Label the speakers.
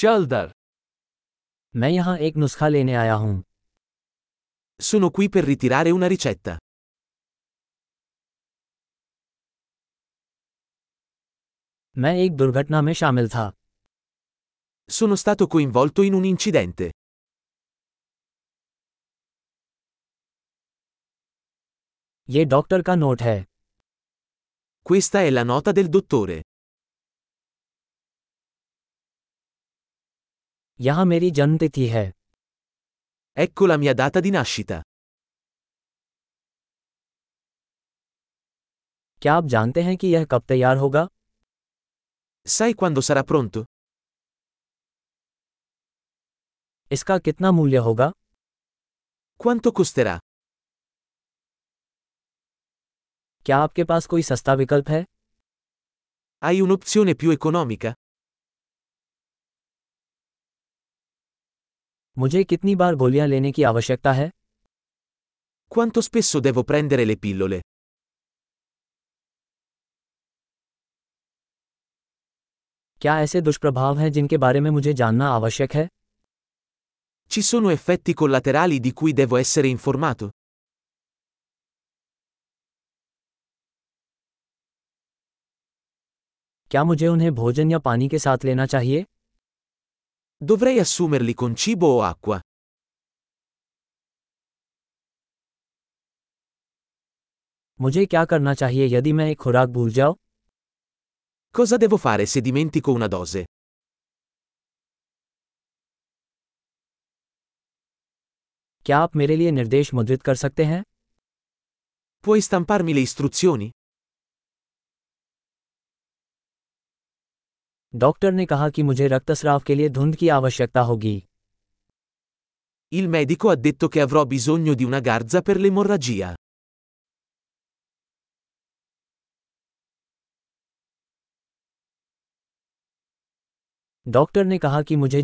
Speaker 1: चल दर
Speaker 2: मैं यहाँ एक नुस्खा लेने आया हूँ
Speaker 1: Sono qui per ritirare una ricetta.
Speaker 2: मैं एक दुर्घटना में शामिल था
Speaker 1: Sono stato coinvolto in un incidente.
Speaker 2: ये डॉक्टर का नोट है
Speaker 1: Questa è la nota del dottore.
Speaker 2: यहाँ मेरी जन्मतिथि है
Speaker 1: Ecco la mia data di nascita.
Speaker 2: क्या आप जानते हैं कि यह कब तैयार होगा
Speaker 1: Sai quando sarà pronto?
Speaker 2: इसका कितना मूल्य होगा
Speaker 1: Quanto costerà?
Speaker 2: क्या आपके पास कोई सस्ता विकल्प है
Speaker 1: Hai un'opzione più economica?
Speaker 2: मुझे कितनी बार गोलियां लेने की आवश्यकता है
Speaker 1: Quanto spesso devo prendere le pillole?
Speaker 2: क्या ऐसे दुष्प्रभाव हैं जिनके बारे में मुझे जानना आवश्यक है
Speaker 1: Ci sono effetti collaterali di cui devo essere informato?
Speaker 2: क्या मुझे उन्हें भोजन या पानी के साथ लेना चाहिए
Speaker 1: Dovrei assumerli con cibo o acqua?
Speaker 2: मुझे क्या करना चाहिए यदि मैं एक खुराक भूल जाऊं
Speaker 1: Cosa devo fare se dimentico una dose?
Speaker 2: क्या आप मेरे लिए निर्देश मुद्रित कर सकते हैं
Speaker 1: Puoi stamparmi le istruzioni?
Speaker 2: Doctor ने कहा कि मुझे रक्तस्राव के लिए धुंध की आवश्यकता होगी
Speaker 1: Il medico ha detto che avrò bisogno di una garza per l'emorragia.
Speaker 2: Doctor ने कहा कि मुझे